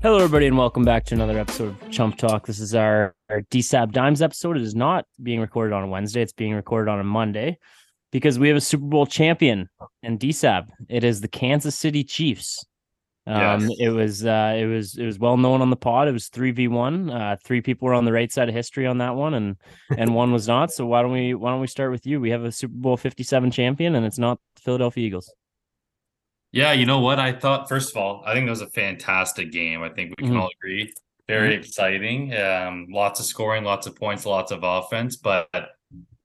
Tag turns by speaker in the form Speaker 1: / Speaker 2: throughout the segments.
Speaker 1: Hello, everybody, and welcome back to another episode of Chump Talk. This is our, our DSAB Dimes episode. It is not being recorded on a Wednesday, it's being recorded on a Monday because we have a Super Bowl champion in DSAB. It is the Kansas City Chiefs. Um,
Speaker 2: Yes.
Speaker 1: It was uh, it was it was well known on the pod. It was three v one. Uh, three people were on the right side of history on that one, and and one was not. So why don't we why don't we start with you? We have a Super Bowl fifty seven champion, and it's not the Philadelphia Eagles.
Speaker 2: Yeah, you know what? I thought first of all, I think that was a fantastic game. I think we can
Speaker 1: Mhm.
Speaker 2: all agree. Very exciting. Um, lots of scoring, lots of points, lots of offense. But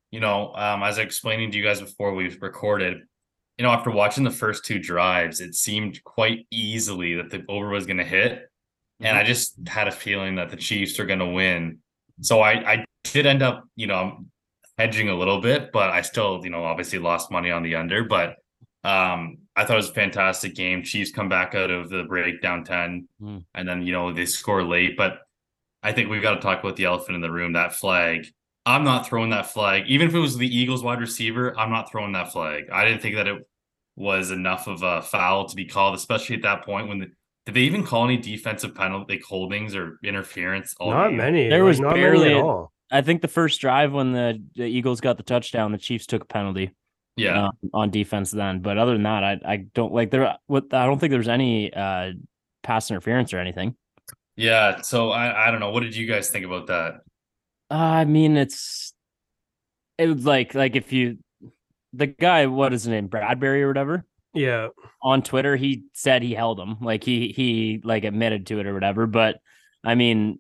Speaker 2: you know, um, as I explaining to you guys before we recorded, you know, after watching the first two drives, it seemed quite easily that the over was gonna hit. And I just had a feeling that the Chiefs are gonna win. So I, I did end up, you know, hedging a little bit, but I still, you know, obviously lost money on the under, but um, I thought it was a fantastic game. Chiefs come back out of the break down 10,
Speaker 1: Hmm.
Speaker 2: and then, you know, they score late. But I think we've got to talk about the elephant in the room that flag. I'm not throwing that flag. Even if it was the Eagles wide receiver, I'm not throwing that flag. I didn't think that it was enough of a foul to be called, especially at that point when the, did they even call any defensive penalty, like holdings or interference? all
Speaker 3: Not
Speaker 2: game?
Speaker 3: many.
Speaker 1: There
Speaker 3: like,
Speaker 1: was
Speaker 3: not
Speaker 1: barely
Speaker 3: many
Speaker 1: a-
Speaker 3: at all.
Speaker 1: I think the first drive when the, the Eagles got the touchdown, the Chiefs took a penalty
Speaker 2: Yeah.
Speaker 1: um, on defense then. But other than that, I I don't like there. What I don't think there's any uh pass interference or anything.
Speaker 2: Yeah. So I, I don't know. What did you guys think about that?
Speaker 1: Uh, I mean, it's it was like like if you the guy what is his name Bradbury or whatever
Speaker 3: Yeah,
Speaker 1: on Twitter he said he held him like he he like admitted to it or whatever. But I mean.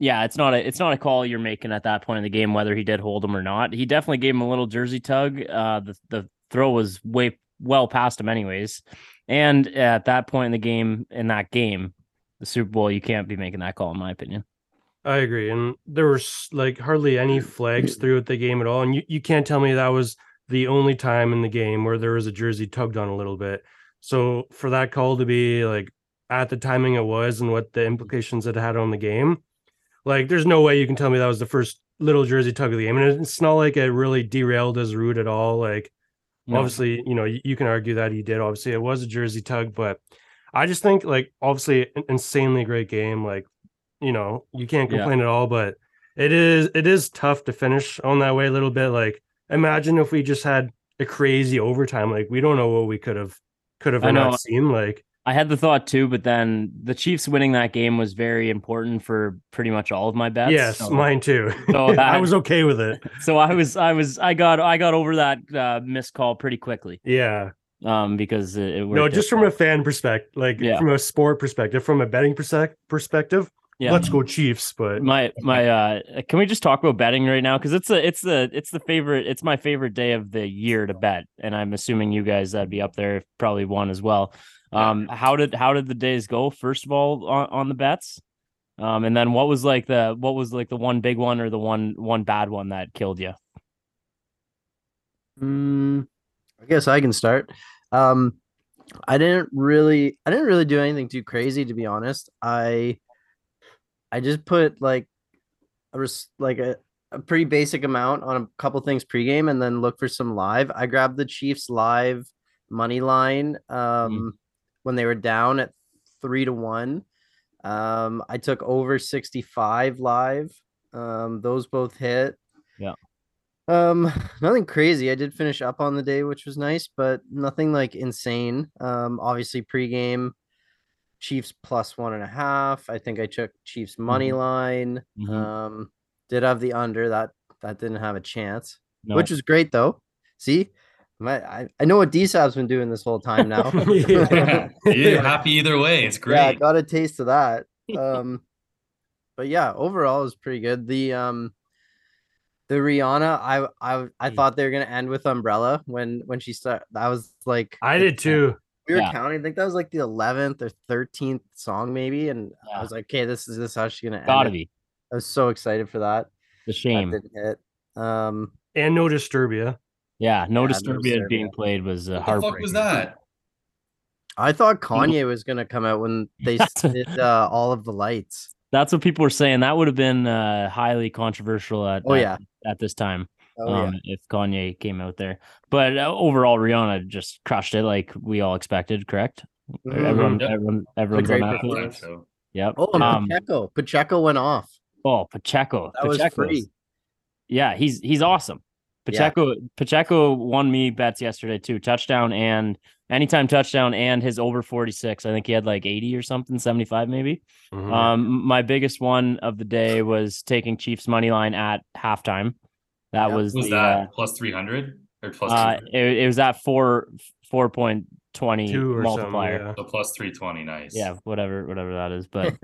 Speaker 1: Yeah, it's not a it's not a call you're making at that point in the game whether he did hold him or not. He definitely gave him a little jersey tug. Uh, the the throw was way well past him anyways, and at that point in the game in that game, the Super Bowl, you can't be making that call in my opinion.
Speaker 3: I agree. And there was like hardly any flags throughout the game at all. And you, you can't tell me that was the only time in the game where there was a jersey tugged on a little bit. So for that call to be like at the timing it was and what the implications it had on the game, like there's no way you can tell me that was the first little jersey tug of the game. And it's not like it really derailed his route at all. Like
Speaker 1: No.
Speaker 3: obviously you know you, you can argue that he did obviously it was a jersey tug but i just think like obviously an insanely great game like you know you can't
Speaker 1: Yeah.
Speaker 3: complain at all but it is it is tough to finish on that way a little bit like imagine if we just had a crazy overtime like we don't know what we could have could have
Speaker 1: I
Speaker 3: or
Speaker 1: know.
Speaker 3: not seen like
Speaker 1: I had the thought too, but then the Chiefs winning that game was very important for pretty much all of my bets.
Speaker 3: yes
Speaker 1: so,
Speaker 3: mine too
Speaker 1: So that-
Speaker 3: i was okay with it
Speaker 1: so I was, I was, I got, I got over that uh, missed call pretty quickly,
Speaker 3: yeah
Speaker 1: um, because it, it
Speaker 3: no
Speaker 1: worked
Speaker 3: just
Speaker 1: out
Speaker 3: from a fan perspective like
Speaker 1: Yeah.
Speaker 3: from a sport perspective from a betting perspec- perspective
Speaker 1: Yeah.
Speaker 3: let's go chiefs but
Speaker 1: my my uh can we just talk about betting right now because it's a it's the it's the favorite it's my favorite day of the year to bet and i'm assuming you guys that'd be up there probably one as well um how did how did the days go first of all on, on the bets um and then what was like the what was like the one big one or the one one bad one that killed you
Speaker 4: Mm, I guess I can start. Um, I didn't really, I didn't really do anything too crazy, to be honest. I, I just put like a res- like a, a pretty basic amount on a couple things pregame, and then look for some live. I grabbed the Chiefs live money line um, when they were down at three to one. Um, I took over sixty five live. Um, those both hit. Um, nothing crazy. I did finish up on the day, which was nice, but nothing like insane. Um, obviously pregame, Chiefs plus one and a half. I think I took Chiefs money line.
Speaker 1: Mhm.
Speaker 4: Um, did have the under that that didn't have a chance,
Speaker 1: No.
Speaker 4: which was great though. See, my I, I know what DSAB's been doing this whole time now.
Speaker 2: Yeah. You're happy either way. It's great.
Speaker 4: Yeah, I got a taste of that. Um, but yeah, overall it was pretty good. The um, the Rihanna, I I I
Speaker 1: Hmm.
Speaker 3: Mm.
Speaker 4: thought they were gonna end with Umbrella when when she started. That was like
Speaker 3: I did too.
Speaker 4: we were
Speaker 1: Yeah.
Speaker 4: counting. I think that was like the eleventh or thirteenth song maybe, and
Speaker 1: Yeah.
Speaker 4: I was like, okay, this is this is how she's gonna
Speaker 1: gotta
Speaker 4: end. it."
Speaker 1: be
Speaker 4: I was so excited for that.
Speaker 1: the
Speaker 4: That
Speaker 1: shame
Speaker 4: didn't hit. Um,
Speaker 3: And no Disturbia.
Speaker 1: yeah no
Speaker 4: Yeah, no
Speaker 1: disturbia being
Speaker 4: Disturbia.
Speaker 1: played was uh,
Speaker 2: What the fuck
Speaker 1: heartbreaking
Speaker 2: was that?
Speaker 4: I thought Kanye was gonna come out when they
Speaker 1: That's a-
Speaker 4: did uh, all of the lights.
Speaker 1: that's what people were saying that would have been uh highly controversial at
Speaker 4: Oh
Speaker 1: at-
Speaker 4: yeah,
Speaker 1: at this time
Speaker 4: oh yeah.
Speaker 1: um, if Kanye came out there. But uh, overall, Rihanna just crushed it, like we all expected. Correct?
Speaker 4: Mhm.
Speaker 1: Everyone,
Speaker 2: Yep.
Speaker 1: everyone,
Speaker 4: Like
Speaker 1: everyone's on
Speaker 4: great
Speaker 1: that.
Speaker 2: Yeah,
Speaker 1: page?
Speaker 4: performance.
Speaker 2: so-
Speaker 1: Yep.
Speaker 4: Oh, and
Speaker 1: Um,
Speaker 4: Pacheco. Pacheco went off.
Speaker 1: Oh, Pacheco.
Speaker 4: That was
Speaker 1: Pacheco's-
Speaker 4: free.
Speaker 1: Yeah, he's he's awesome.
Speaker 4: Yeah.
Speaker 1: Pacheco Pacheco won me bets yesterday too. Touchdown and anytime touchdown and his over 46. I think he had like 80 or something, 75 maybe.
Speaker 3: Mhm.
Speaker 1: Um my biggest one of the day was taking Chiefs money line at halftime. That
Speaker 4: Yeah.
Speaker 1: was,
Speaker 2: was
Speaker 1: the,
Speaker 2: that plus 300 or plus
Speaker 1: uh, uh,
Speaker 2: 200?
Speaker 1: it, it was at 4 4.20
Speaker 3: Two or
Speaker 1: multiplier.
Speaker 3: something.
Speaker 2: so plus 320 nice
Speaker 1: yeah whatever whatever that is but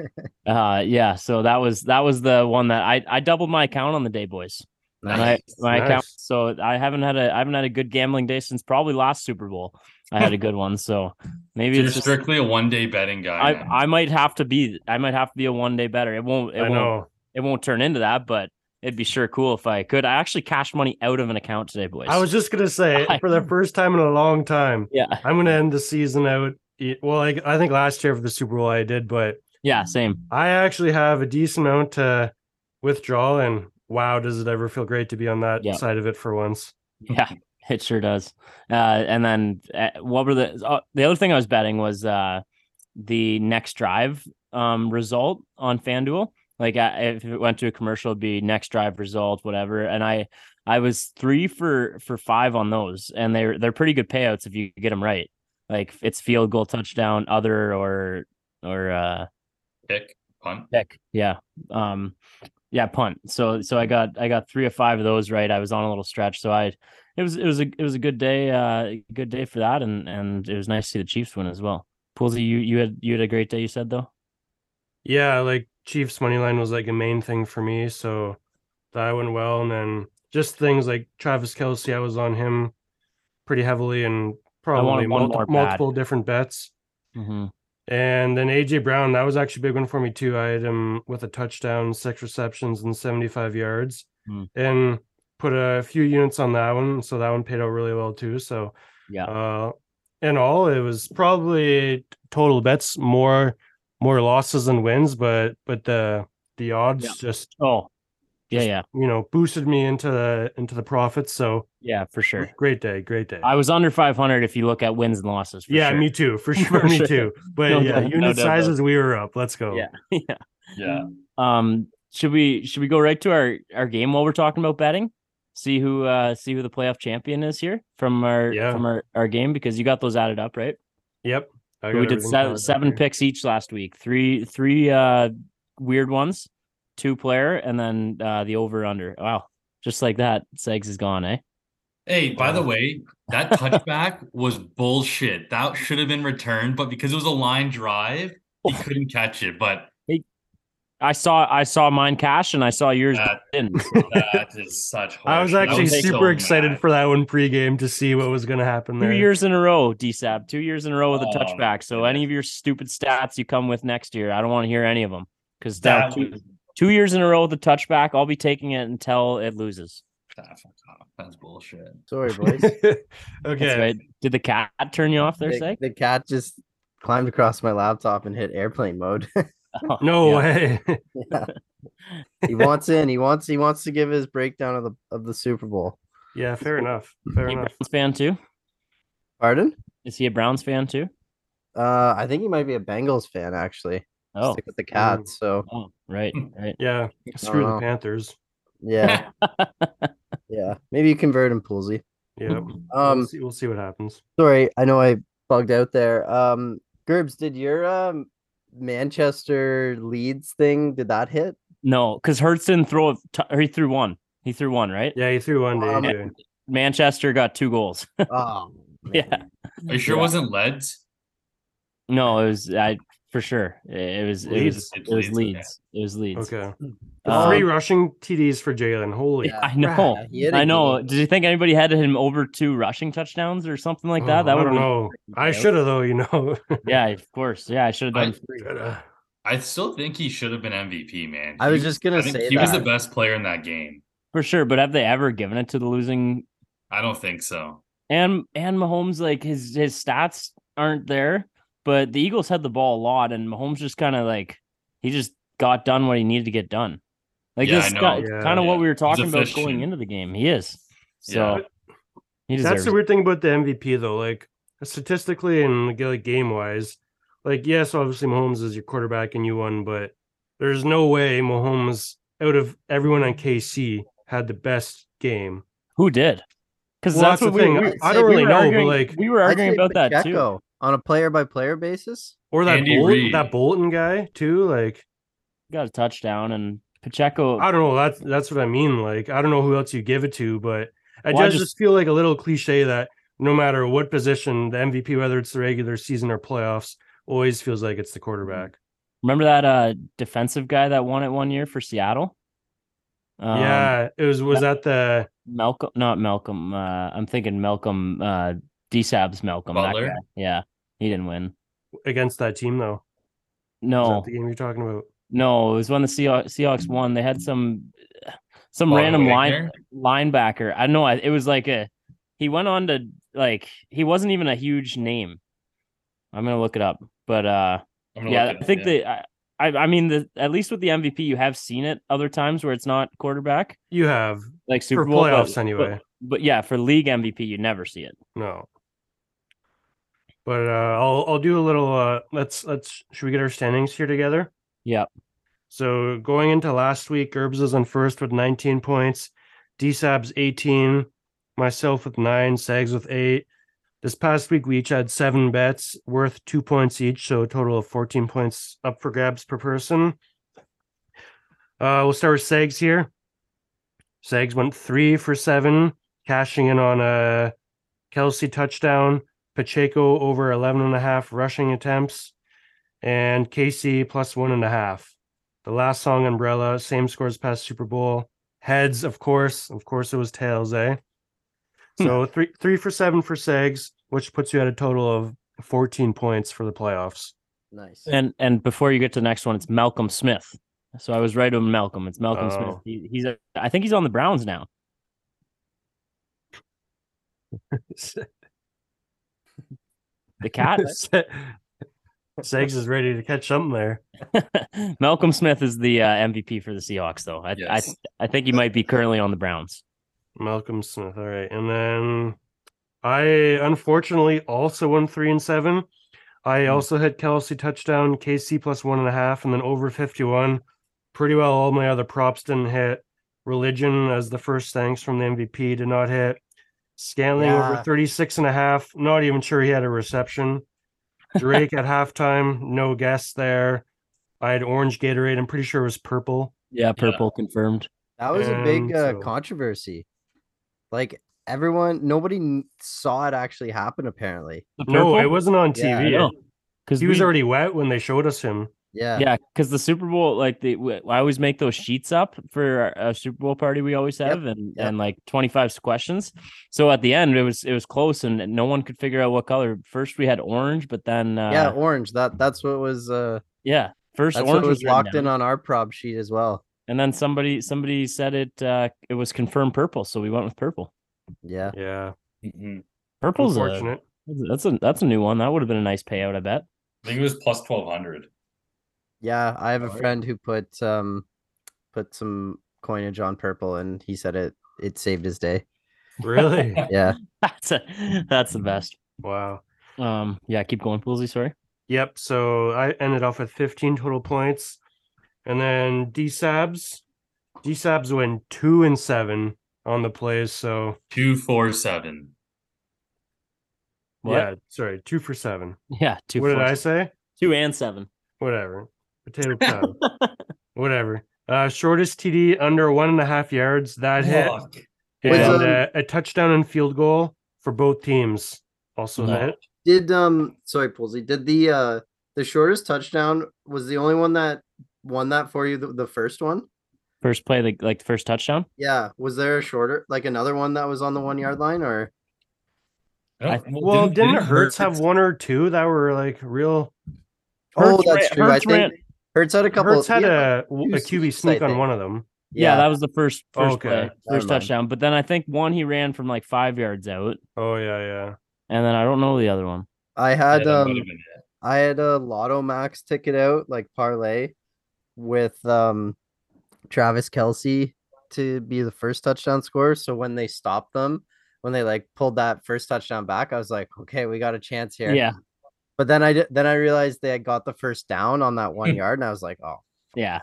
Speaker 1: uh yeah so that was that was the one that i i doubled my account on the day boys my
Speaker 2: Nice.
Speaker 1: my account
Speaker 3: Nice.
Speaker 1: so i haven't had a i haven't had a good gambling day since probably last super bowl i had a good one so
Speaker 2: So
Speaker 1: maybe
Speaker 2: you're
Speaker 1: it's just,
Speaker 2: strictly a one day betting guy
Speaker 1: I,
Speaker 2: now.
Speaker 1: I might have to be i might have to be a one day better it won't it
Speaker 3: I
Speaker 1: won't
Speaker 3: know.
Speaker 1: it won't turn into that but it'd be sure cool if i could i actually cashed money out of an account today boys
Speaker 3: I was just gonna say
Speaker 1: I-
Speaker 3: for the first time in a long time,
Speaker 1: yeah
Speaker 3: I'm gonna end the season out. e- Well, I, I think last year for the Super Bowl I did, but
Speaker 1: yeah same
Speaker 3: I actually have a decent amount to withdraw, and wow, does it ever feel great to be on that
Speaker 1: Yeah.
Speaker 3: side of it for once?
Speaker 1: Yeah, it sure does. Uh, and then uh, what were the uh, the other thing I was betting was uh, the next drive um, result on FanDuel. Like I, if it went to a commercial, it'd be next drive result, whatever. And I I was three for for five on those, and they're they're pretty good payouts if you get them right. Like it's field goal, touchdown, other or or uh,
Speaker 2: pick punt
Speaker 1: pick. Yeah. Um yeah, punt. So so I got I got 3 or 5 of those right. I was on a little stretch, so I it was it was a it was a good day uh good day for that and and it was nice to see the Chiefs win as well. Poolsy, you you had you had a great day you said though.
Speaker 3: Yeah, like Chiefs money line was like a main thing for me, so that went well, and then just things like Travis Kelsey, I was on him pretty heavily, and probably
Speaker 1: wanted one
Speaker 3: multi-
Speaker 1: more bad.
Speaker 3: multiple different bets. Mm-hmm.
Speaker 1: Mhm.
Speaker 3: And then AJ Brown, that was actually a big one for me too. I had him with a touchdown, six receptions, and 75 yards,
Speaker 1: Mm.
Speaker 3: and put a few units on that one. So that one paid out really well too. So,
Speaker 1: Yeah.
Speaker 3: uh, in all, it was probably total bets more more losses than wins, but but the the odds
Speaker 1: Yeah.
Speaker 3: just
Speaker 1: Oh. Yeah, yeah.
Speaker 3: you know boosted me into the into the profits. So
Speaker 1: Yeah, for sure.
Speaker 3: great day, great day.
Speaker 1: I was under 500 if you look at wins and losses. For
Speaker 3: yeah,
Speaker 1: sure.
Speaker 3: me too, for sure,
Speaker 1: For
Speaker 3: me
Speaker 1: sure.
Speaker 3: too. But
Speaker 1: No
Speaker 3: yeah,
Speaker 1: doubt- no
Speaker 3: unit
Speaker 1: doubt, though.
Speaker 3: sizes, we were up. Let's go.
Speaker 1: Yeah. yeah.
Speaker 2: yeah
Speaker 1: Um should we should we go right to our our game while we're talking about betting? See who uh see who the playoff champion is here from our
Speaker 3: Yeah.
Speaker 1: from our, our game because you got those added up, right?
Speaker 3: Yep.
Speaker 1: we
Speaker 3: I got
Speaker 1: did
Speaker 3: everything
Speaker 1: seven,
Speaker 3: covered
Speaker 1: seven
Speaker 3: here.
Speaker 1: picks each last week. Three three uh weird ones, two player, and then uh the over under. Wow. Just like that, Segs is gone, eh?
Speaker 2: hey by the
Speaker 3: Wow.
Speaker 2: way that touchback was bullshit that should have been returned but because it was a line drive he couldn't catch it but
Speaker 1: I saw I saw mine cash and I saw yours
Speaker 2: that,
Speaker 1: didn't.
Speaker 2: that is such
Speaker 3: I was
Speaker 2: horseshit.
Speaker 3: actually
Speaker 1: was
Speaker 2: so
Speaker 3: super excited
Speaker 2: mad.
Speaker 3: for that one pregame to see what was going to happen
Speaker 1: Two
Speaker 3: there.
Speaker 1: years in a row, DSAB. Two years in a row with a
Speaker 2: Oh,
Speaker 1: touchback. So any of your stupid stats you come with next year, I don't want to hear any of them because
Speaker 2: that
Speaker 1: two,
Speaker 2: was
Speaker 1: two years in a row with a touchback, I'll be taking it until it loses.
Speaker 2: ah, fuck off. that's bullshit
Speaker 4: Sorry, boys.
Speaker 1: That's
Speaker 3: okay.
Speaker 1: right. Did the cat turn you off there,
Speaker 4: the,
Speaker 1: Seg?
Speaker 4: the cat just climbed across my laptop and hit airplane mode.
Speaker 1: Oh,
Speaker 3: No
Speaker 1: yeah.
Speaker 3: way.
Speaker 4: he wants in. He wants. He wants to give his breakdown of the of the Super Bowl.
Speaker 3: yeah, fair enough. Fair
Speaker 1: He a
Speaker 3: enough.
Speaker 1: Browns fan too?
Speaker 4: Pardon?
Speaker 1: Is he a Browns fan too?
Speaker 4: Uh, I think he might be a Bengals fan actually.
Speaker 1: Oh,
Speaker 4: Stick with the Cats. So
Speaker 1: oh right,
Speaker 3: Hmm.
Speaker 1: right.
Speaker 3: Yeah, screw
Speaker 4: Uh,
Speaker 3: the Panthers.
Speaker 4: yeah, yeah. Maybe you convert him, Poolsy.
Speaker 3: Yeah.
Speaker 4: Um,
Speaker 3: we'll, see, we'll see what happens.
Speaker 4: sorry, I know I bugged out there. Um, Gerbs, did your um Manchester Leeds thing? Did that hit?
Speaker 1: No, because Hertz didn't throw. a t- or he threw one. He threw one, right?
Speaker 3: Yeah, you threw one day.
Speaker 4: Um,
Speaker 3: AJ.
Speaker 1: Manchester got two goals.
Speaker 4: Oh, man.
Speaker 1: yeah.
Speaker 2: Are you sure it
Speaker 1: Yeah.
Speaker 2: wasn't Leads?
Speaker 1: No, it was I for sure. It was it was
Speaker 3: Leeds.
Speaker 1: it was
Speaker 2: Leeds,
Speaker 1: Leeds. It was Leeds.
Speaker 3: Okay.
Speaker 1: Um,
Speaker 3: Three rushing TDs for Jalen. Holy.
Speaker 4: Yeah.
Speaker 1: I know.
Speaker 4: Yeah, Ah, he hit a
Speaker 1: I know.
Speaker 4: goal.
Speaker 1: Did you think anybody had him over two rushing touchdowns or something like that?
Speaker 3: oh,
Speaker 1: that
Speaker 3: I
Speaker 1: would
Speaker 3: don't
Speaker 1: have been,
Speaker 3: know. I should have though. You know. uh,
Speaker 1: yeah, of course. Yeah, I should have done. three.
Speaker 3: Shoulda.
Speaker 2: I still think he should have been MVP, man.
Speaker 4: I was
Speaker 2: He-
Speaker 4: just gonna
Speaker 2: I think
Speaker 4: say
Speaker 2: he was the
Speaker 4: that.
Speaker 2: best player in that game.
Speaker 1: for sure. But have they ever given it to the losing?
Speaker 2: I don't think so.
Speaker 1: And and Mahomes, like his his stats aren't there, but the Eagles had the ball a lot, and Mahomes just kind of like he just got done what he needed to get done. Like
Speaker 2: Yeah,
Speaker 1: this,
Speaker 2: I know.
Speaker 1: kind
Speaker 3: Yeah,
Speaker 1: of what
Speaker 2: yeah.
Speaker 1: we were talking about
Speaker 2: efficient.
Speaker 1: going into the game. He is. So
Speaker 2: Yeah.
Speaker 1: he deserves.
Speaker 3: That's the
Speaker 1: it.
Speaker 3: weird thing about the MVP though. Like statistically and like game wise, like yes, obviously Mahomes is your quarterback and you won, but there's no way Mahomes out of everyone on KC had the best game.
Speaker 1: Who did? Because
Speaker 3: Well,
Speaker 1: that's,
Speaker 3: that's the
Speaker 1: what we,
Speaker 3: thing.
Speaker 1: we-
Speaker 3: I-
Speaker 1: we
Speaker 3: I
Speaker 4: Say
Speaker 3: don't really
Speaker 1: were
Speaker 3: know,
Speaker 1: arguing-
Speaker 3: but like
Speaker 1: we were
Speaker 4: I'd
Speaker 1: arguing
Speaker 4: say
Speaker 1: about that too.
Speaker 4: Pacheco on a player by player basis.
Speaker 3: or that
Speaker 2: Andy
Speaker 3: Bolton,
Speaker 2: Reid.
Speaker 3: that Bolton guy too. Like
Speaker 1: Got a touchdown and Pacheco.
Speaker 3: I don't know. That's that's what I mean. Like I don't know who else you give it to, but I,
Speaker 1: Well, I
Speaker 3: just,
Speaker 1: just-
Speaker 3: just feel like a little cliche that no matter what position the MVP, whether it's the regular season or playoffs, always feels like it's the quarterback.
Speaker 1: Remember that uh defensive guy that won it one year for Seattle? Um,
Speaker 3: yeah, it was was that the
Speaker 1: Malcolm, not Malcolm. Uh, I'm thinking Malcolm. Uh, DSAB's Malcolm. that
Speaker 2: Butler?
Speaker 1: guy. Yeah, he didn't win.
Speaker 3: against that team though. Is that
Speaker 1: No,
Speaker 3: the game you're talking about?
Speaker 1: no, it was when the Seahawks, Seahawks won. They had some some
Speaker 2: Von
Speaker 1: random line
Speaker 2: Wagner?
Speaker 1: linebacker. I know. I, it was like a. He went on to like he wasn't even a huge name. I'm gonna look it up, but uh,
Speaker 2: I'm gonna
Speaker 1: yeah,
Speaker 2: look it
Speaker 1: I
Speaker 2: up,
Speaker 1: think
Speaker 2: yeah.
Speaker 1: they. I, I I mean, the, at least with the MVP, you have seen it other times where it's not quarterback,
Speaker 3: You have
Speaker 1: like Super
Speaker 3: for
Speaker 1: Bowl but-
Speaker 3: playoffs
Speaker 1: but-
Speaker 3: anyway.
Speaker 1: but yeah, for league MVP, you never see it.
Speaker 3: No. But uh, I'll I'll do a little. Uh, let's let's should we get our standings here together?
Speaker 1: Yep.
Speaker 3: So going into last week, Herbs is on first with 19 points, DSAB's 18, myself with nine, Sags with eight. This past week, we each had seven bets worth two points each, so a total of 14 points up for grabs per person. Uh, we'll start with Sags here. Sags went three for seven, cashing in on uh, a Kelsey touchdown, Pacheco over 11 and a half rushing attempts, and Casey plus one and a half. The last song, Umbrella, same scores past Super Bowl. Heads, of course. Of course, it was tails, eh? So three three for seven for Segs, which puts you at a total of 14 points for the playoffs.
Speaker 4: Nice.
Speaker 1: And and before you get to the next one, it's Malcolm Smith. So I was right on Malcolm. It's Malcolm Smith.
Speaker 3: Oh.
Speaker 1: He, he's a, I think he's on the Browns now. The cat
Speaker 3: Segs is ready to catch something there.
Speaker 1: Malcolm Smith is the uh, MVP for the Seahawks, though. I,
Speaker 2: Yes.
Speaker 1: I I think he might be currently on the Browns.
Speaker 3: Malcolm Smith. All right. And then I unfortunately also won three and seven. I also hit Kelsey touchdown, KC plus one and a half, and then over 51. Pretty well all my other props didn't hit. Religion as the first thanks from the MVP did not hit. Scanling over
Speaker 4: Yeah.
Speaker 3: 36 and a half. Not even sure he had a reception. Drake at halftime, no guess there. I had orange Gatorade. I'm pretty sure it was purple.
Speaker 1: Yeah, purple confirmed.
Speaker 4: That was a
Speaker 3: And
Speaker 4: big uh,
Speaker 3: so-
Speaker 4: controversy. Like everyone, nobody kn- saw it actually happen. Apparently,
Speaker 1: Oh,
Speaker 3: No, it wasn't on TV.
Speaker 1: Yeah. because
Speaker 3: He was already wet when they showed us him.
Speaker 4: yeah.
Speaker 1: yeah, because the Super Bowl, like the w- I always make those sheets up for our, our Super Bowl party we always
Speaker 4: Yep,
Speaker 1: have, and
Speaker 4: yep.
Speaker 1: and like twenty five questions. So at the end, it was it was close, and no one could figure out what color. First we had orange, but then uh,
Speaker 4: yeah, orange. That that's what was uh
Speaker 1: yeah, first
Speaker 4: that's
Speaker 1: orange
Speaker 4: what was
Speaker 1: written
Speaker 4: locked
Speaker 1: down,
Speaker 4: in on our prob sheet as well.
Speaker 1: and then somebody somebody said it uh it was confirmed purple, so we went with purple.
Speaker 4: Yeah.
Speaker 3: Yeah.
Speaker 2: Mhm.
Speaker 1: Purple's a,
Speaker 3: Unfortunate.
Speaker 1: that's a that's a new one. That would have been a nice payout, I bet.
Speaker 2: I think it was plus twelve hundred.
Speaker 4: Yeah, I have a
Speaker 2: Alright.
Speaker 4: friend who put um put some coinage on purple and he said it it saved his day.
Speaker 3: Really?
Speaker 4: Yeah.
Speaker 1: That's a that's the
Speaker 3: Mm-hmm.
Speaker 1: best.
Speaker 3: wow.
Speaker 1: Um, yeah, keep going, Poolsy. Sorry.
Speaker 3: Yep. So I ended off with 15 total points. And then D Sabs. D Sabs went two and seven on the plays. So
Speaker 2: Two four seven.
Speaker 1: What?
Speaker 3: yeah, sorry, two for seven.
Speaker 1: Yeah, two.
Speaker 3: what did
Speaker 1: four-
Speaker 3: I say?
Speaker 1: Two and seven.
Speaker 3: Whatever. Potato pound. Whatever. Uh shortest TD under one and a half yards. That hit.
Speaker 2: Fuck.
Speaker 3: And
Speaker 4: Was, um,
Speaker 3: uh, a touchdown and field goal for both teams. Also
Speaker 1: No.
Speaker 3: hit.
Speaker 4: Did um sorry, Pulsey, did the uh the shortest touchdown was the only one that won that for you the, the first one?
Speaker 1: First play, like like the first touchdown.
Speaker 4: Yeah. Was there a shorter like another one that was on the one yard line or
Speaker 2: I
Speaker 1: I-
Speaker 2: don't-
Speaker 3: Well, didn't, Hertz have
Speaker 2: Hurts-
Speaker 3: one or two that were like real?
Speaker 1: Hurts
Speaker 4: oh
Speaker 1: ran-
Speaker 4: that's true.
Speaker 1: Hurts
Speaker 4: I think
Speaker 1: ran-
Speaker 4: Hurts had a couple
Speaker 3: Hertz had
Speaker 4: yeah,
Speaker 3: a, w-
Speaker 4: two
Speaker 3: a QB
Speaker 4: sneaks, I
Speaker 3: sneak on
Speaker 4: think.
Speaker 3: one of them.
Speaker 1: Yeah, that was the first first
Speaker 3: Okay,
Speaker 1: play,
Speaker 3: never
Speaker 1: first
Speaker 4: mind.
Speaker 1: touchdown. But then I think one he ran from like five yards out,
Speaker 3: Oh yeah, yeah.
Speaker 1: and then I don't know the other one.
Speaker 4: I
Speaker 2: Yeah,
Speaker 4: had
Speaker 2: that might
Speaker 4: um
Speaker 2: have been it.
Speaker 4: I had a Lotto Max ticket out, like parlay, with um Travis Kelsey to be the first touchdown scorer. So when they stopped them, when they like pulled that first touchdown back, I was like, okay, we got a chance here.
Speaker 1: Yeah,
Speaker 4: But then I di- then I realized they had got the first down on that
Speaker 1: Hmm.
Speaker 4: one yard, and I was like, oh,
Speaker 1: Yeah.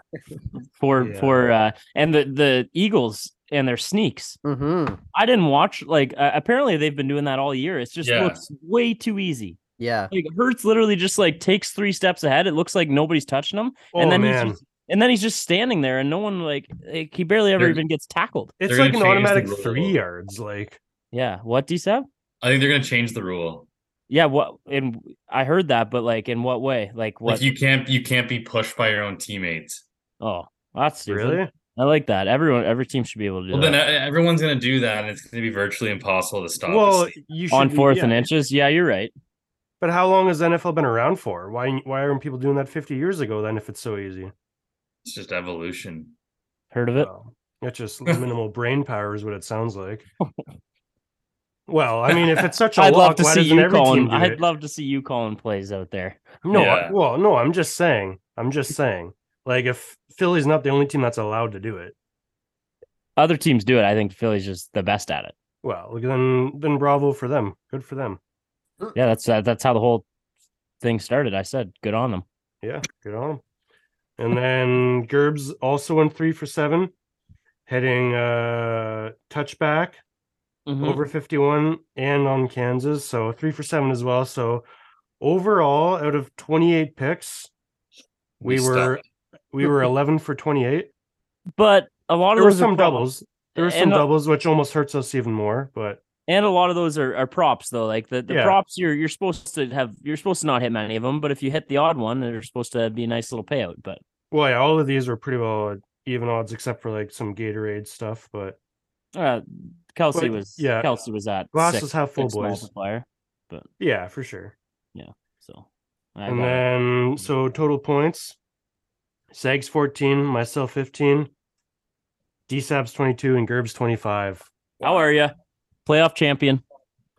Speaker 1: For
Speaker 3: Yeah.
Speaker 1: for uh and the the Eagles and their sneaks.
Speaker 4: mm-hmm.
Speaker 1: I didn't watch like uh, apparently they've been doing that all year. It's just
Speaker 2: Yeah.
Speaker 1: looks way too easy.
Speaker 4: yeah,
Speaker 1: Like Hurts literally just like takes three steps ahead. It looks like nobody's touching him.
Speaker 3: Oh
Speaker 1: and then
Speaker 3: man,
Speaker 1: he's just, and then he's just standing there and no one like, like he barely ever
Speaker 2: They're-
Speaker 1: even gets tackled.
Speaker 3: it's
Speaker 2: They're
Speaker 3: like an
Speaker 2: gonna change the
Speaker 3: automatic
Speaker 2: rule.
Speaker 3: three yards. Like
Speaker 1: Yeah. What D7?
Speaker 2: I think they're gonna change the rule.
Speaker 1: Yeah, what and I heard that, but like in what way? Like what
Speaker 2: Like you can't you can't be pushed by your own teammates.
Speaker 1: oh that's stupid.
Speaker 3: really?
Speaker 1: I like that. Everyone every team should be able to do
Speaker 2: Well,
Speaker 1: that.
Speaker 2: then e- everyone's gonna do that, and it's gonna be virtually impossible to stop.
Speaker 3: Well,
Speaker 2: this.
Speaker 3: you should
Speaker 1: on
Speaker 3: be-
Speaker 1: fourth
Speaker 3: yeah.
Speaker 1: and inches. Yeah, you're right.
Speaker 3: But how long has NFL been around for? Why why aren't people doing that 50 years ago then if it's so easy?
Speaker 2: it's just evolution.
Speaker 1: Heard of it?
Speaker 3: Well, it's just minimal brain power is what it sounds like. Well, I mean, if it's such a
Speaker 1: I'd love
Speaker 3: lock,
Speaker 1: to
Speaker 3: why
Speaker 1: see
Speaker 3: doesn't
Speaker 1: you
Speaker 3: every
Speaker 1: calling.
Speaker 3: team do
Speaker 1: I'd
Speaker 3: it?
Speaker 1: love to see you calling plays out there.
Speaker 3: No, I-
Speaker 2: Yeah.
Speaker 3: well, no, I'm just saying. I'm just saying. Like, if Philly's not the only team that's allowed to do it,
Speaker 1: Other teams do it. I think Philly's just the best at it.
Speaker 3: well, then then bravo for them. Good for them.
Speaker 1: Yeah, that's that, that's how the whole thing started. I said, good on them.
Speaker 3: Yeah, good on them. And then Gerbs also went three for seven, heading uh touchback
Speaker 1: Mm-hmm.
Speaker 3: over 51 and on Kansas. So three for seven as well. So overall, out of 28 picks, we
Speaker 2: stuck.
Speaker 3: were we were
Speaker 1: Mm-hmm.
Speaker 3: 11 for 28.
Speaker 1: But a lot of
Speaker 3: There were
Speaker 1: those are
Speaker 3: some
Speaker 1: props.
Speaker 3: doubles. There were some
Speaker 1: and, a-
Speaker 3: doubles, which almost hurts us even more. But
Speaker 1: and a lot of those are, are props though. Like the, the
Speaker 3: Yeah.
Speaker 1: props, you're you're supposed to have you're supposed to not hit many of them. But if you hit the odd one, they're supposed to be a nice little payout. But
Speaker 3: well, yeah, all of these were pretty well even odds, except for like some Gatorade stuff. But
Speaker 1: uh, Kelsey
Speaker 3: But,
Speaker 1: was
Speaker 3: yeah,
Speaker 1: Kelsey was at
Speaker 3: glasses
Speaker 1: six,
Speaker 3: half full,
Speaker 1: six
Speaker 3: boys.
Speaker 1: multiplier.
Speaker 3: Yeah, for sure.
Speaker 1: So I
Speaker 3: and
Speaker 1: got it.
Speaker 3: then so total points sags 14 myself 15 dsabs 22 and gerbs 25
Speaker 1: how are you? Playoff champion.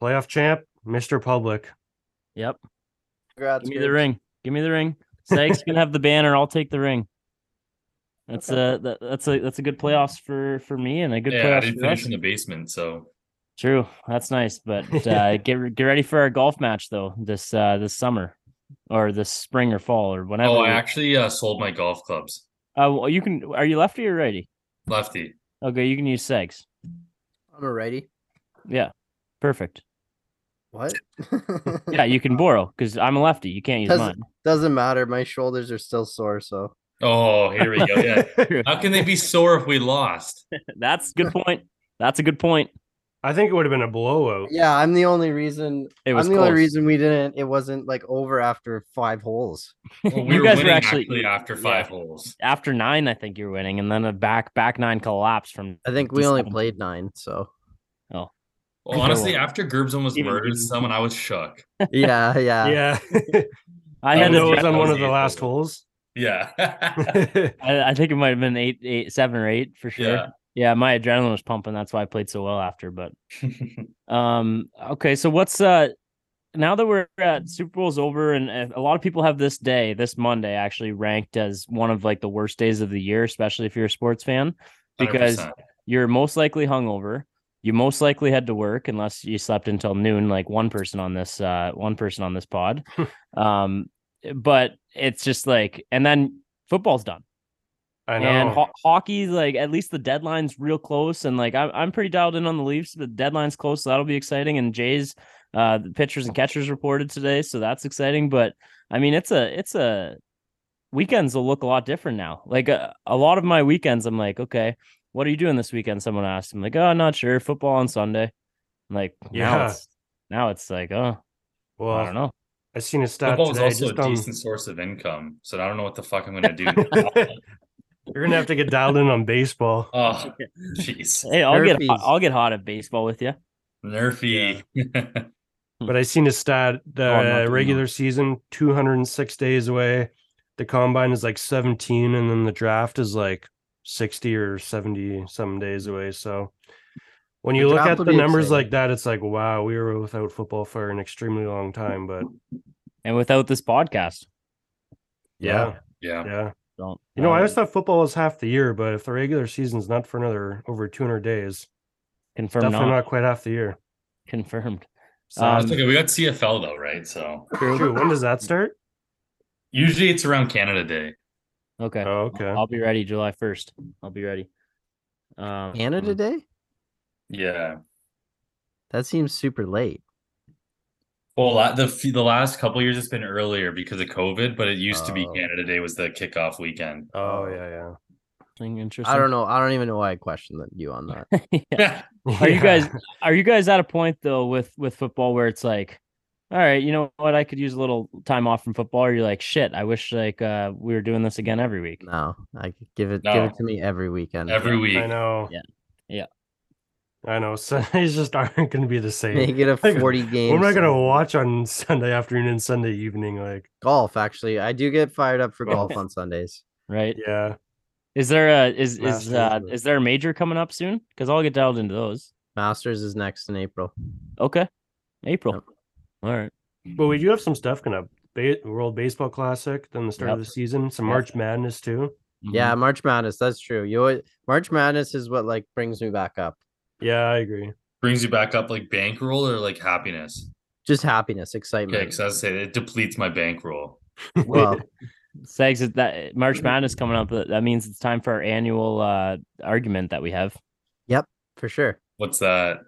Speaker 3: playoff champ mr public
Speaker 1: Yep.
Speaker 4: congrats.
Speaker 1: Give me
Speaker 4: Gibbs.
Speaker 1: the ring. Give me the ring. Sags can have the banner. I'll take the ring. That's
Speaker 4: Okay.
Speaker 1: a that, that's a that's a good playoffs for for me and a good
Speaker 2: yeah, I
Speaker 1: playoffs
Speaker 2: didn't
Speaker 1: for us.
Speaker 2: finish in the basement, so
Speaker 1: True, that's nice. But uh, get re- get ready for our golf match though this uh this summer or this spring or fall or whenever.
Speaker 2: oh,
Speaker 1: we-
Speaker 2: I actually uh, sold my golf clubs.
Speaker 1: uh, well, you can. Are you lefty or righty?
Speaker 2: Lefty.
Speaker 1: Okay, you can use Sags.
Speaker 4: I'm a righty.
Speaker 1: Yeah, perfect.
Speaker 4: What?
Speaker 1: Yeah, you can borrow because I'm a lefty. You can't use
Speaker 4: Does-
Speaker 1: mine.
Speaker 4: Doesn't matter. My shoulders are still sore, so
Speaker 2: Oh, here we go. Yeah.
Speaker 1: True.
Speaker 2: How can they be sore if we lost?
Speaker 1: That's a good point. That's a good point.
Speaker 3: i think it would have been a blowout
Speaker 4: yeah, I'm the only reason.
Speaker 1: Oh. It
Speaker 4: I'm
Speaker 1: was
Speaker 4: the only
Speaker 1: close.
Speaker 4: reason we didn't. It wasn't like over after five holes.
Speaker 2: Well, we
Speaker 1: You
Speaker 2: were
Speaker 1: guys were
Speaker 2: winning
Speaker 1: actually-
Speaker 2: actually, after five holes.
Speaker 1: after nine, I think you're winning, and then a back back nine collapse from.
Speaker 4: I think we only
Speaker 1: 57.
Speaker 4: played nine, so
Speaker 2: Well,
Speaker 1: Okay,
Speaker 2: honestly,
Speaker 1: well,
Speaker 2: after Gerbs almost
Speaker 1: even-
Speaker 2: murdered
Speaker 1: even-
Speaker 2: someone, I was shook.
Speaker 4: yeah, yeah.
Speaker 3: yeah
Speaker 1: I
Speaker 3: i
Speaker 1: had
Speaker 2: And
Speaker 1: to
Speaker 3: know it was
Speaker 2: that was
Speaker 3: on one of the
Speaker 2: the
Speaker 3: last
Speaker 2: eighth
Speaker 3: holes
Speaker 2: Yeah.
Speaker 1: I, I think it might have been eight, eight, seven or eight for sure. Yeah.
Speaker 2: Yeah.
Speaker 1: my adrenaline was pumping. That's why I played so well after. But um, okay, so what's uh now that we're at Super Bowl's over, and uh, a lot of people have this day, this Monday, actually ranked as one of like the worst days of the year, especially if you're a sports fan, because
Speaker 2: 100%.
Speaker 1: you're most likely hungover. You most likely had to work unless you slept until noon, like one person on this uh, one person on this pod. um, but it's just like, and then football's done
Speaker 3: i know
Speaker 1: and ho- hockey like at least the deadline's real close and like I'm, I'm pretty dialed in on the leafs the deadline's close so that'll be exciting and jays uh the pitchers and catchers reported today so that's exciting but i mean it's a it's a weekends will look a lot different now like a, a lot of my weekends i'm like okay what are you doing this weekend someone asked i'm like oh not sure football on sunday I'm like now
Speaker 3: Yeah.
Speaker 1: it's now it's like oh
Speaker 3: well
Speaker 1: i don't know
Speaker 3: i seen a stat
Speaker 2: Football is
Speaker 3: today
Speaker 2: also a
Speaker 3: just on-
Speaker 2: decent source of income, so I don't know what the fuck I'm gonna do.
Speaker 3: you're gonna have to get dialed in on baseball
Speaker 2: oh, jeez,
Speaker 1: hey i'll get
Speaker 4: Herpes.
Speaker 1: hot, i'll get hot at baseball with you
Speaker 2: nerfy.
Speaker 3: but I seen a stat
Speaker 1: not
Speaker 3: the
Speaker 1: doing
Speaker 3: regular season 206 days away. The combine is like 17, and then the draft is like 60 or 70 some days away. So when
Speaker 4: The
Speaker 3: you look
Speaker 4: draft
Speaker 3: at
Speaker 4: will
Speaker 3: the
Speaker 4: be
Speaker 3: numbers like
Speaker 4: exciting.
Speaker 3: that, it's like wow, we were without football for an extremely long time. But
Speaker 1: and without this podcast
Speaker 3: yeah,
Speaker 2: yeah.
Speaker 3: yeah.
Speaker 1: don't
Speaker 3: You know, I
Speaker 1: um,
Speaker 3: always thought football was half the year, but if the regular season's not for another over 200 days,
Speaker 1: confirm
Speaker 3: definitely
Speaker 1: not.
Speaker 3: not quite half the year.
Speaker 1: Confirmed. So
Speaker 2: That's
Speaker 1: um,
Speaker 2: okay. We got CFL though, right? So
Speaker 3: True. When does that start?
Speaker 2: usually it's around Canada Day.
Speaker 1: okay.
Speaker 3: Oh, okay.
Speaker 1: I'll be ready July 1st. I'll be ready. Um,
Speaker 4: Canada Day?
Speaker 2: Yeah.
Speaker 4: That seems super late.
Speaker 2: Well, la- the f- the last couple years it's been earlier because of COVID, but it used to be
Speaker 4: Oh.
Speaker 2: Canada Day was the kickoff weekend.
Speaker 3: Oh yeah,
Speaker 1: something interesting.
Speaker 4: I don't know. I don't even know why I questioned that- you on that.
Speaker 2: Yeah.
Speaker 3: yeah.
Speaker 1: Are you
Speaker 3: Yeah.
Speaker 1: guys are you guys at a point though with with football where it's like, all right, you know what? I could use a little time off from football. Or you're like, shit. I wish like uh we were doing this again every week.
Speaker 4: No, I could give it give
Speaker 2: No.
Speaker 4: it to me every weekend.
Speaker 2: Every week.
Speaker 3: I know.
Speaker 1: Yeah. Yeah.
Speaker 3: I know. Sundays just aren't going to be the same.
Speaker 4: Make it a
Speaker 3: Like,
Speaker 4: forty game.
Speaker 3: What am I going to
Speaker 4: Sunday.
Speaker 3: watch on Sunday afternoon and Sunday evening? Like,
Speaker 4: Golf. Actually, I do get fired up for golf on Sundays.
Speaker 1: Right?
Speaker 3: yeah.
Speaker 1: Is there a is is
Speaker 3: Masters,
Speaker 1: uh
Speaker 3: but-
Speaker 1: is there a major coming up soon? Because I'll get dialed into those.
Speaker 4: Masters is next in April.
Speaker 1: Okay, April. All right.
Speaker 3: But we do have some stuff coming up. Ba- World Baseball Classic, then the start of
Speaker 1: Yep.
Speaker 3: the season, some
Speaker 1: Yep.
Speaker 3: March Madness too.
Speaker 1: Mm-hmm.
Speaker 4: Yeah, March Madness. That's true. You always, March Madness is what like brings me back up.
Speaker 3: Yeah, I agree.
Speaker 2: Brings you back up like bankroll or like happiness.
Speaker 4: Just happiness,
Speaker 2: Okay,
Speaker 4: excitement.
Speaker 2: because I was saying it depletes my bankroll.
Speaker 4: well,
Speaker 1: Sags is that March Madness coming up. That that means it's time for our annual uh argument that we have.
Speaker 4: for sure.
Speaker 2: What's that?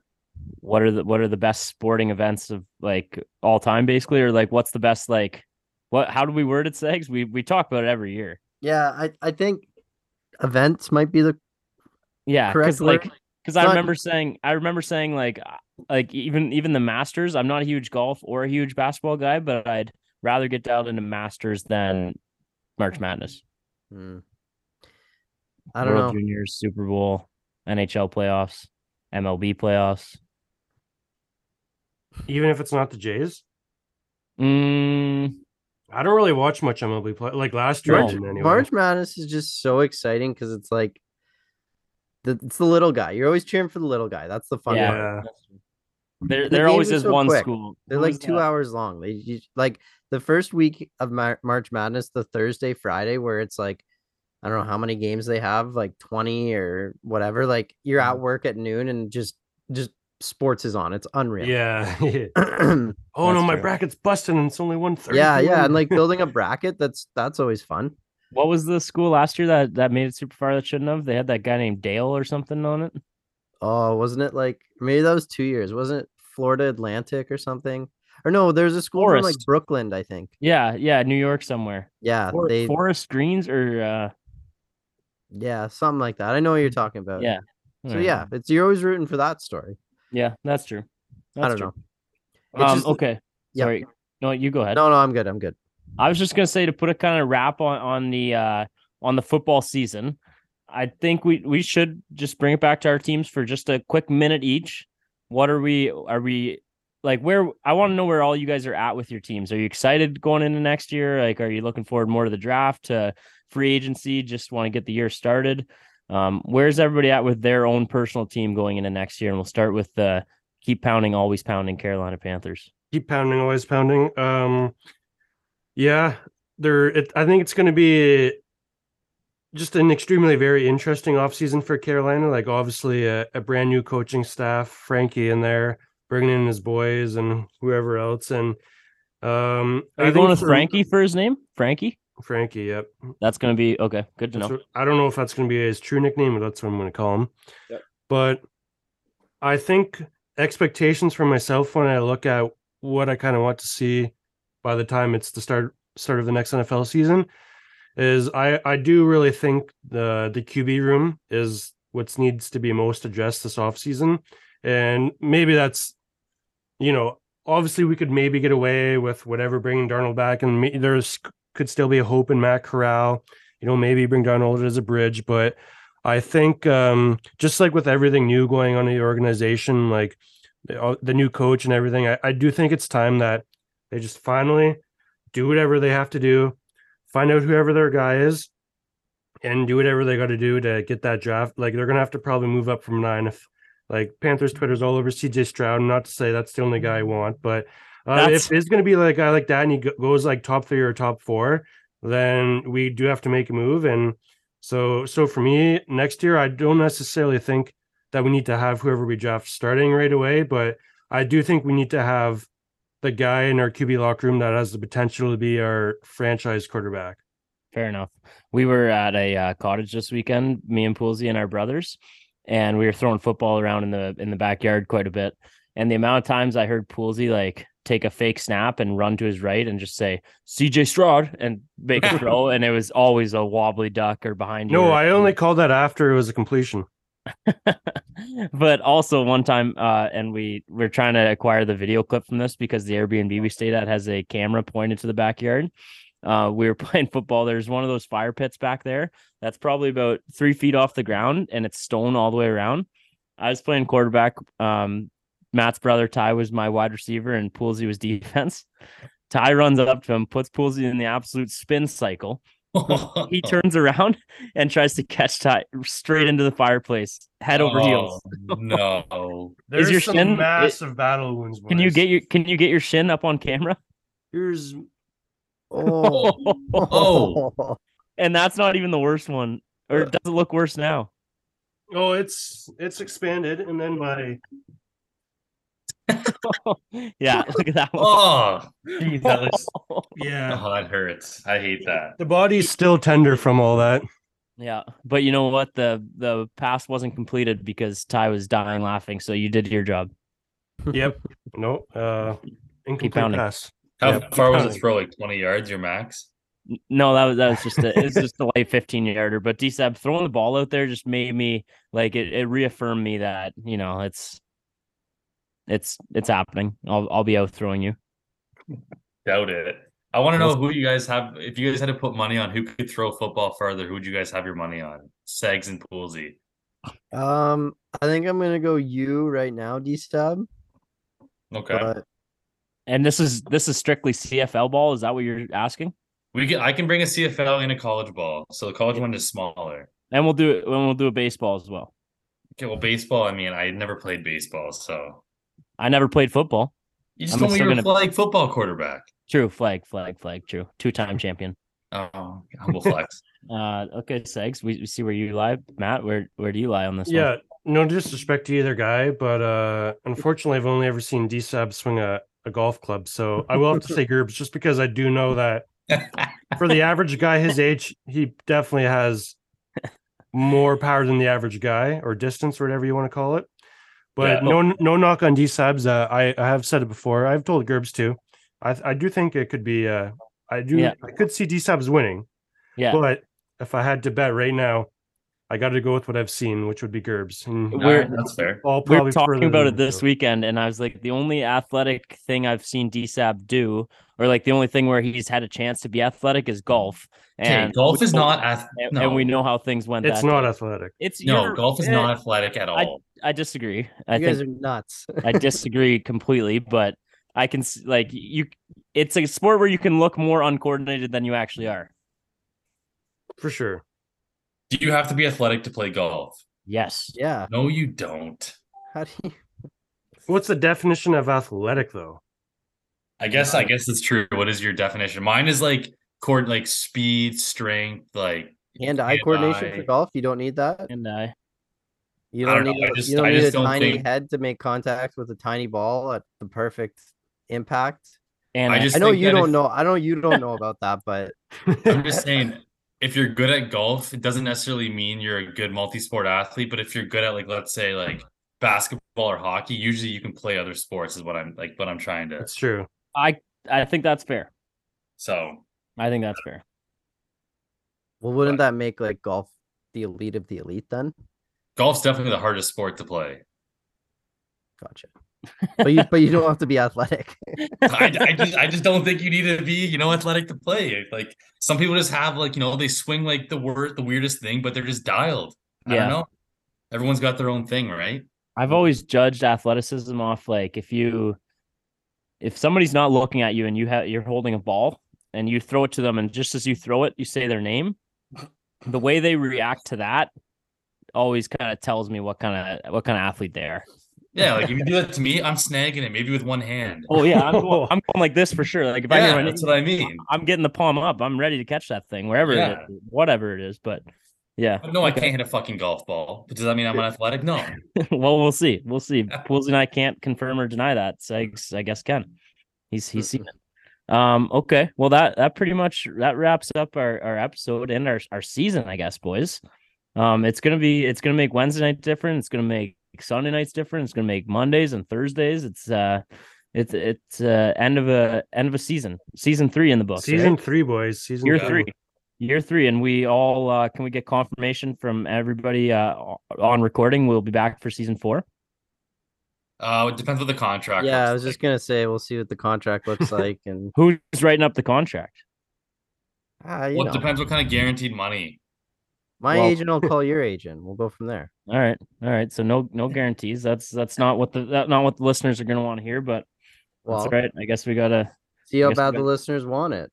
Speaker 1: What are the what are the best sporting events of like all time basically, or like what's the best like what how do we word it, Sags? We we talk about it every year.
Speaker 4: Yeah, I I think events might be the
Speaker 1: Yeah,
Speaker 4: correct
Speaker 1: because like
Speaker 4: word.
Speaker 1: because I
Speaker 4: Not-
Speaker 1: remember saying I remember saying like uh, like even even the Masters. I'm not a huge golf or a huge basketball guy, but I'd rather get dialed into Masters than March Madness.
Speaker 4: Hmm. I don't
Speaker 1: World
Speaker 4: know.
Speaker 1: Juniors, Super Bowl, NHL playoffs, MLB playoffs.
Speaker 3: Even if it's not the Jays,
Speaker 1: Mm,
Speaker 3: I don't really watch much MLB play. Like last year, I
Speaker 1: No.
Speaker 3: didn't anyway.
Speaker 4: March Madness is just so exciting because it's like the, it's the little guy. You're always cheering for the little guy. That's the fun
Speaker 1: Yeah.
Speaker 4: part.
Speaker 3: Yeah.
Speaker 1: there
Speaker 4: The
Speaker 1: there always
Speaker 4: games are
Speaker 1: is
Speaker 4: so
Speaker 1: one
Speaker 4: quick.
Speaker 1: school.
Speaker 4: They're
Speaker 1: Who
Speaker 4: like
Speaker 1: was
Speaker 4: two
Speaker 1: that?
Speaker 4: hours long. They you, like the first week of Mar- March Madness, the Thursday, Friday, where it's like I don't know how many games they have, like twenty or whatever. Like you're
Speaker 1: Uh-huh.
Speaker 4: at work at noon and just just sports is on. It's unreal.
Speaker 3: Yeah.
Speaker 4: Yeah,
Speaker 3: oh no,
Speaker 1: That's
Speaker 3: my
Speaker 1: true.
Speaker 3: bracket's busted and it's only one thirty.
Speaker 4: yeah, yeah. And like building a bracket, that's that's always fun.
Speaker 1: What was the school last year that that made it super far that shouldn't have? They had that guy named Dale or something on it.
Speaker 4: Oh, wasn't it like maybe that was two years? Wasn't it Florida Atlantic or something? Or no, there's a school from like
Speaker 1: Forest.
Speaker 4: Brooklyn, I think.
Speaker 1: Yeah, yeah, New York somewhere.
Speaker 4: Yeah,
Speaker 1: For-
Speaker 4: Uh, they
Speaker 1: Forest Greens or uh,
Speaker 4: yeah something like that. I know what you're talking about.
Speaker 1: yeah.
Speaker 4: So
Speaker 2: Hmm.
Speaker 1: alright.
Speaker 4: yeah, it's you're always rooting for that story.
Speaker 1: Yeah, that's true. That's
Speaker 4: I don't
Speaker 1: true.
Speaker 4: know. It's
Speaker 1: Um,
Speaker 4: just-
Speaker 1: okay.
Speaker 4: yeah.
Speaker 1: Sorry. No, you go ahead.
Speaker 4: No, no, I'm good. I'm good.
Speaker 1: I was just gonna say to put a kind of wrap on on the uh on the football season. I think we we should just bring it back to our teams for just a quick minute each. What are we are we like where I want to know where all you guys are at with your teams. Are you excited going into next year? Like are you looking forward more to the draft to free agency? Just want to get the year started. Um, where's everybody at with their own personal team going into next year? And we'll start with the keep pounding, always pounding Carolina Panthers.
Speaker 3: keep pounding, always pounding. Um, yeah, there. It, I think it's going to be just an extremely very interesting offseason for Carolina. Like obviously a, a brand new coaching staff, Frankie in there, bringing in his boys and whoever else. And um,
Speaker 1: Are you
Speaker 3: I think
Speaker 1: going with
Speaker 3: for-
Speaker 1: Frankie for his name? Frankie?
Speaker 3: Frankie, yep.
Speaker 1: That's gonna be okay. Good to
Speaker 3: That's
Speaker 1: know.
Speaker 3: what- I don't know if that's going to be his true nickname, but that's what I'm going to call him. But I think expectations for myself when I look at what I kind of want to see by the time it's the start start of the next NFL season is I I do really think the the QB room is what needs to be most addressed this offseason. and maybe that's you know obviously we could maybe get away with whatever bringing Darnold back and may- there's could still be a hope in Matt Corral you know, maybe bring Darnold as a bridge, but I think um, just like with everything new going on in the organization, like the, uh, the new coach and everything, I, I do think it's time that they just finally do whatever they have to do, find out whoever their guy is, and do whatever they got to do to get that draft. Like they're gonna have to probably move up from nine if. Like Panthers Twitter's all over CJ Stroud. Not to say that's the only guy I want, but uh,
Speaker 1: That's-
Speaker 3: if it's going to be like a guy like that and he go- goes like top three or top four, then we do have to make a move. And so, so for me, next year, I don't necessarily think that we need to have whoever we draft starting right away, but I do think we need to have the guy in our QB locker room that has the potential to be our franchise quarterback.
Speaker 1: Fair enough. We were at a uh, cottage this weekend, me and Poolsy and our brothers, and we were throwing football around in the in the backyard quite a bit. And the amount of times I heard Poolsy like take a fake snap and run to his right and just say CJ Stroud and make a throw, and it was always a wobbly duck or behind you.
Speaker 3: No,
Speaker 1: or-
Speaker 3: I only called that after it was a completion.
Speaker 1: but also one time uh and we we're trying to acquire the video clip from this because the airbnb we stayed at has a camera pointed to the backyard uh we were playing football there's one of those fire pits back there that's probably about three feet off the ground and it's stone all the way around i was playing quarterback um matt's brother ty was my wide receiver and poolsy was defense ty runs up to him puts poolsy in the absolute spin cycle he turns around and tries to catch Ty straight into the fireplace, head over heels.
Speaker 2: Oh, no.
Speaker 1: Is your shin-
Speaker 3: massive battle wounds.
Speaker 1: Can you
Speaker 3: boys.
Speaker 1: get your Can you get your shin up on camera?
Speaker 3: Here's
Speaker 4: Oh,
Speaker 2: Oh.
Speaker 1: and that's not even the worst one, or does it look worse now?
Speaker 3: oh, it's it's expanded, and then my
Speaker 1: yeah, look at that one.
Speaker 2: Oh, geez, that looks.
Speaker 3: yeah,
Speaker 2: Oh, it hurts. I hate that.
Speaker 3: the body's still tender from all that.
Speaker 1: Yeah, but you know what? The the pass wasn't completed because Ty was dying laughing. So you did your job.
Speaker 3: Yep. No. Uh, incomplete
Speaker 1: pounding.
Speaker 3: pass.
Speaker 2: How
Speaker 3: Yeah,
Speaker 2: far was
Speaker 3: probably.
Speaker 2: it throw? Like 20 yards, your max?
Speaker 1: N- No, that was that was just a, it's just a late fifteen yarder. But D Seb throwing the ball out there just made me like it, it reaffirmed me that you know it's it's it's happening. I'll I'll be out throwing you.
Speaker 2: Doubt it. I want to know who you guys have. If you guys had to put money on who could throw football farther, who would you guys have your money on? Segs and Poolsy.
Speaker 4: Um, I think I'm gonna go you right now, D Stab.
Speaker 2: Okay.
Speaker 4: But
Speaker 1: And this is this is strictly CFL ball. Is that what you're asking?
Speaker 2: We can, I can bring a CFL and a college ball. So the college one is smaller.
Speaker 1: And we'll do it. And we'll do a baseball as well.
Speaker 2: Okay, well, baseball. I mean, I had never played baseball, so
Speaker 1: I never played football.
Speaker 2: you just
Speaker 1: I'm
Speaker 2: told me
Speaker 1: still
Speaker 2: you were
Speaker 1: gonna-
Speaker 2: flag football quarterback.
Speaker 1: True flag, flag, flag. True, two time champion.
Speaker 2: Oh, humble flex.
Speaker 1: Uh, okay, Segs. We, we see where you lie, Matt. Where where do you lie on this?
Speaker 3: Yeah. No disrespect to either guy, but uh, unfortunately, I've only ever seen D Sab swing a, a golf club. So I will have to say Gerbs just because I do know that for the average guy his age, he definitely has more power than the average guy or distance or whatever you want to call it. But
Speaker 2: Yeah.
Speaker 3: no, no knock on D Sabs. Uh, I, I have said it before. I've told Gerbs too. I, I do think it could be. Uh, I do.
Speaker 1: Yeah.
Speaker 3: I could see D Sabs winning.
Speaker 1: Yeah.
Speaker 3: But if I had to bet right now, I got to go with what I've seen, which would be Gerbs. And
Speaker 2: All
Speaker 1: We're-
Speaker 2: right, that's fair.
Speaker 3: all
Speaker 1: we
Speaker 3: probably
Speaker 1: were talking
Speaker 3: further
Speaker 1: about
Speaker 3: than
Speaker 1: it this
Speaker 3: you.
Speaker 1: weekend, and I was like, the only athletic thing I've seen DSAB do, or like the only thing where he's had a chance to be athletic, is golf.
Speaker 2: Okay,
Speaker 1: And
Speaker 2: golf
Speaker 1: we
Speaker 2: is
Speaker 1: know-
Speaker 2: not ath-
Speaker 1: and,
Speaker 2: no,
Speaker 1: and we know how things went.
Speaker 3: It's
Speaker 1: that
Speaker 3: not
Speaker 1: day.
Speaker 3: athletic.
Speaker 1: It's
Speaker 2: no
Speaker 1: you're-
Speaker 2: golf is
Speaker 1: eh,
Speaker 2: not athletic at all.
Speaker 1: I disagree. I think
Speaker 4: you guys are nuts.
Speaker 1: I disagree completely, but I can s- like you. It's a sport where you can look more uncoordinated than you actually are.
Speaker 3: For sure.
Speaker 2: Do you have to be athletic to play golf?
Speaker 1: Yes.
Speaker 4: yeah.
Speaker 2: No, you don't.
Speaker 4: How do you
Speaker 3: What's the definition of athletic though?
Speaker 2: I guess I guess it's true. What is your definition? Mine is like cord, like speed, strength, like
Speaker 4: hand eye
Speaker 2: hand-eye.
Speaker 4: coordination for golf? You don't need that.
Speaker 1: And uh, I
Speaker 4: You
Speaker 2: I
Speaker 4: don't
Speaker 2: don't
Speaker 4: need
Speaker 2: know, I
Speaker 4: a,
Speaker 2: just-
Speaker 4: you don't
Speaker 2: I
Speaker 4: need
Speaker 2: just
Speaker 4: a
Speaker 2: don't
Speaker 4: tiny
Speaker 2: think-
Speaker 4: head to make contact with a tiny ball at the perfect impact.
Speaker 1: and
Speaker 2: I
Speaker 1: I
Speaker 2: just
Speaker 4: I know
Speaker 2: think
Speaker 4: you
Speaker 2: that
Speaker 4: don't
Speaker 2: if-
Speaker 4: know. I know you don't know about that, but
Speaker 2: I'm just saying, if you're good at golf, it doesn't necessarily mean you're a good multi-sport athlete. But if you're good at like, let's say, like basketball or hockey, usually you can play other sports. Is what I'm like. What I'm trying to.
Speaker 3: That's true.
Speaker 1: I I think that's fair.
Speaker 2: So
Speaker 1: I think that's fair.
Speaker 4: well, wouldn't that make like golf the elite of the elite then?
Speaker 2: golf's definitely the hardest sport to play.
Speaker 4: Gotcha. But you but you don't have to be athletic.
Speaker 2: I, I just, I just don't think you need to be, you know, athletic to play. Like some people just have, like you know, they swing like the word, the weirdest thing, but they're just dialed. I
Speaker 1: Yeah.
Speaker 2: don't know. Everyone's got their own thing, right?
Speaker 1: I've always judged athleticism off like if you if somebody's not looking at you and you have you're holding a ball and you throw it to them and just as you throw it you say their name the way they react to that always kind of tells me what kind of what kind of athlete they are.
Speaker 2: Yeah, like if you do that to me, I'm snagging it maybe with one hand.
Speaker 1: Oh yeah, I'm going, I'm going like this for sure. Like if I hear
Speaker 2: yeah,
Speaker 1: my name,
Speaker 2: that's what I mean.
Speaker 1: I'm getting the palm up. I'm ready to catch that thing wherever
Speaker 2: Yeah.
Speaker 1: it is, whatever it is. But Yeah.
Speaker 2: But no, I can't hit a fucking golf ball. But does that mean I'm unathletic? No.
Speaker 1: well, we'll see. We'll see. Pools and I can't confirm or deny that. Segs, I guess, can. He's he's seen it. Um. Okay. Well, that that pretty much that wraps up our our episode and our our season, I guess, boys. Um. It's gonna be. It's gonna make Wednesday night different. It's gonna make Sunday nights different. It's gonna make Mondays and Thursdays. It's uh. It's it's uh end of a end of a season season three in the book
Speaker 3: season three, boys. Season
Speaker 1: year three year three and we all uh can we get confirmation from everybody uh on recording we'll be back for season four
Speaker 2: Uh, it depends what the contract.
Speaker 4: yeah, I
Speaker 2: looks
Speaker 4: was just gonna say we'll see what the contract looks like, and
Speaker 1: who's writing up the contract
Speaker 4: ah,
Speaker 2: like.
Speaker 4: you
Speaker 2: Well, it
Speaker 4: know,
Speaker 2: depends what kind of guaranteed money.
Speaker 4: my
Speaker 1: well-
Speaker 4: agent will call your agent. We'll go from there.
Speaker 1: all right all right so no no guarantees that's that's not what the that, not what the listeners are going to want to hear but
Speaker 4: Well,
Speaker 1: that's all right i guess we gotta
Speaker 4: see how
Speaker 1: guess we
Speaker 4: bad
Speaker 1: got-
Speaker 4: the listeners want it.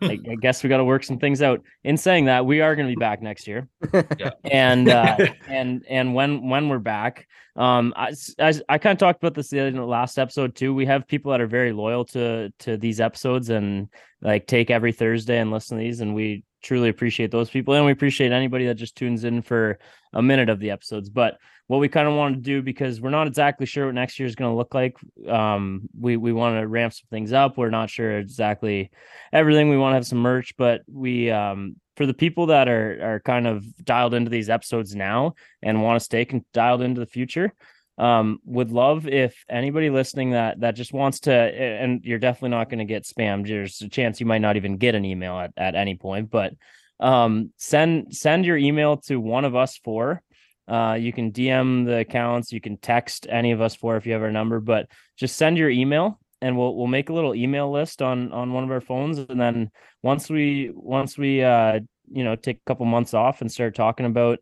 Speaker 1: I, I guess we gotta work some things out in saying that we are going to be back next year
Speaker 2: Yeah.
Speaker 1: and uh and and when when we're back um i s- i, kind of talked about this the other- in the last episode too we have people that are very loyal to to these episodes and like take every thursday and listen to these and we truly appreciate those people and we appreciate anybody that just tunes in for a minute of the episodes but what we kind of want to do because we're not exactly sure what next year is going to look like um we we want to ramp some things up we're not sure exactly everything we want to have some merch but we um for the people that are are kind of dialed into these episodes now and want to stay con- dialed into the future um would love if anybody listening that that just wants to a- and you're definitely not going to get spammed there's a chance you might not even get an email at, at any point but um send send your email to one of us four uh you can dm the accounts you can text any of us four if you have our number but just send your email and we'll we'll make a little email list on on one of our phones and then once we once we uh you know take a couple months off and start talking about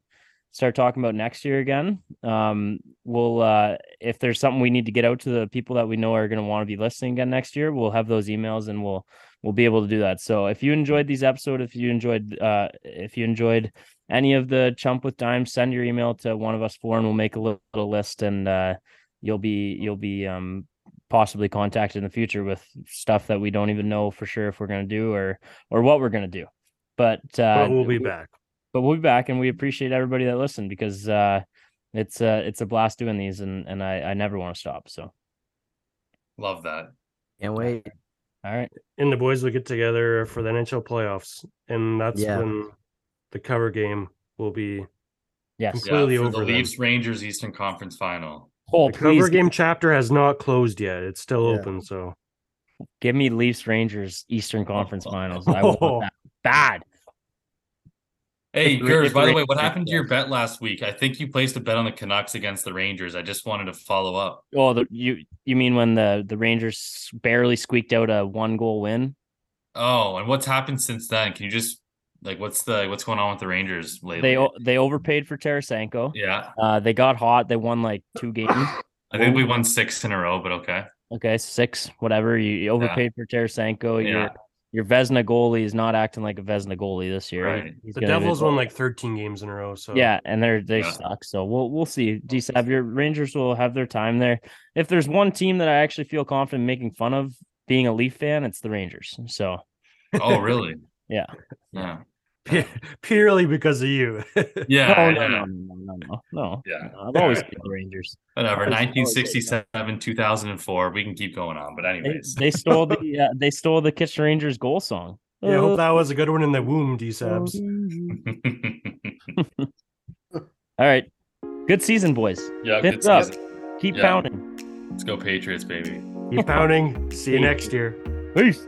Speaker 1: start talking about next year again um we'll uh if there's something we need to get out to the people that we know are going to want to be listening again next year we'll have those emails and we'll we'll be able to do that so if you enjoyed these episode if you enjoyed uh if you enjoyed any of the chump with dime send your email to one of us four and we'll make a little, little list and uh you'll be you'll be um possibly contacted in the future with stuff that we don't even know for sure if we're going to do or or what we're going to do but uh
Speaker 3: But we'll be back.
Speaker 1: but we'll be back and we appreciate everybody that listened because uh it's uh it's a blast doing these and and i i never want to stop so
Speaker 2: Love that.
Speaker 4: Can't wait.
Speaker 1: all right
Speaker 3: And the boys will get together for the NHL playoffs, and that's
Speaker 4: Yeah.
Speaker 3: when the cover game will be.
Speaker 1: yes
Speaker 2: Yeah,
Speaker 3: Clearly
Speaker 2: for
Speaker 3: over
Speaker 2: the
Speaker 3: them.
Speaker 2: Leafs Rangers Eastern Conference Final.
Speaker 1: oh
Speaker 3: the cover
Speaker 1: please
Speaker 3: game chapter has not closed yet; it's still
Speaker 4: Yeah.
Speaker 3: open. So
Speaker 1: give me leafs rangers eastern conference finals i
Speaker 3: Oh.
Speaker 1: want that bad
Speaker 2: Hey,
Speaker 1: If the-
Speaker 2: Gers,
Speaker 1: if the
Speaker 2: by the way,
Speaker 1: Rangers
Speaker 2: what
Speaker 1: are
Speaker 2: happened to your bet last week? I think you placed a bet on the Canucks against the Rangers. I just wanted to follow up.
Speaker 1: oh the, you you mean when the the rangers barely squeaked out a one goal win
Speaker 2: Oh, and what's happened since then? Can you just like what's the what's going on with the Rangers lately?
Speaker 1: they o- they overpaid for tarasenko
Speaker 2: yeah.
Speaker 1: uh they got hot they won like two games
Speaker 2: I think we won six in a row, but okay.
Speaker 1: Okay, six, whatever. You, you overpaid for Tarasenko.
Speaker 2: Yeah.
Speaker 1: Your your Vesna goalie is not acting like a Vesna goalie this year.
Speaker 2: Right.
Speaker 1: He's
Speaker 3: the
Speaker 1: gonna be-
Speaker 3: Devils won like 13 games in a row. So
Speaker 1: Yeah, and they're they
Speaker 2: Yeah.
Speaker 1: suck. So we'll we'll see. DSAB, your Rangers will have their time there. If there's one team that I actually feel confident making fun of being a Leaf fan, it's the Rangers. So
Speaker 2: Oh, really?
Speaker 1: Yeah.
Speaker 2: Yeah.
Speaker 3: purely because of you.
Speaker 2: Yeah.
Speaker 1: Oh, no, no,
Speaker 2: Ah, yeah.
Speaker 1: no, no, no, no, no.
Speaker 2: Yeah.
Speaker 1: No, I've always been the Rangers.
Speaker 2: Whatever.
Speaker 1: Always- always-
Speaker 2: 1967, 2004. We can keep going on, but
Speaker 1: They,
Speaker 2: anyways.
Speaker 1: they stole the uh, they stole the Kitchener Rangers goal song.
Speaker 3: yeah, I hope that was a good one in the womb, D-Sabs.
Speaker 1: All right, good season, boys.
Speaker 2: yeah.
Speaker 1: Fifth
Speaker 2: Good
Speaker 1: up.
Speaker 2: season.
Speaker 1: Keep
Speaker 2: Yeah.
Speaker 1: pounding.
Speaker 4: Oh.
Speaker 2: Let's go Patriots, baby.
Speaker 3: Keep pounding. See you next year.
Speaker 1: Peace.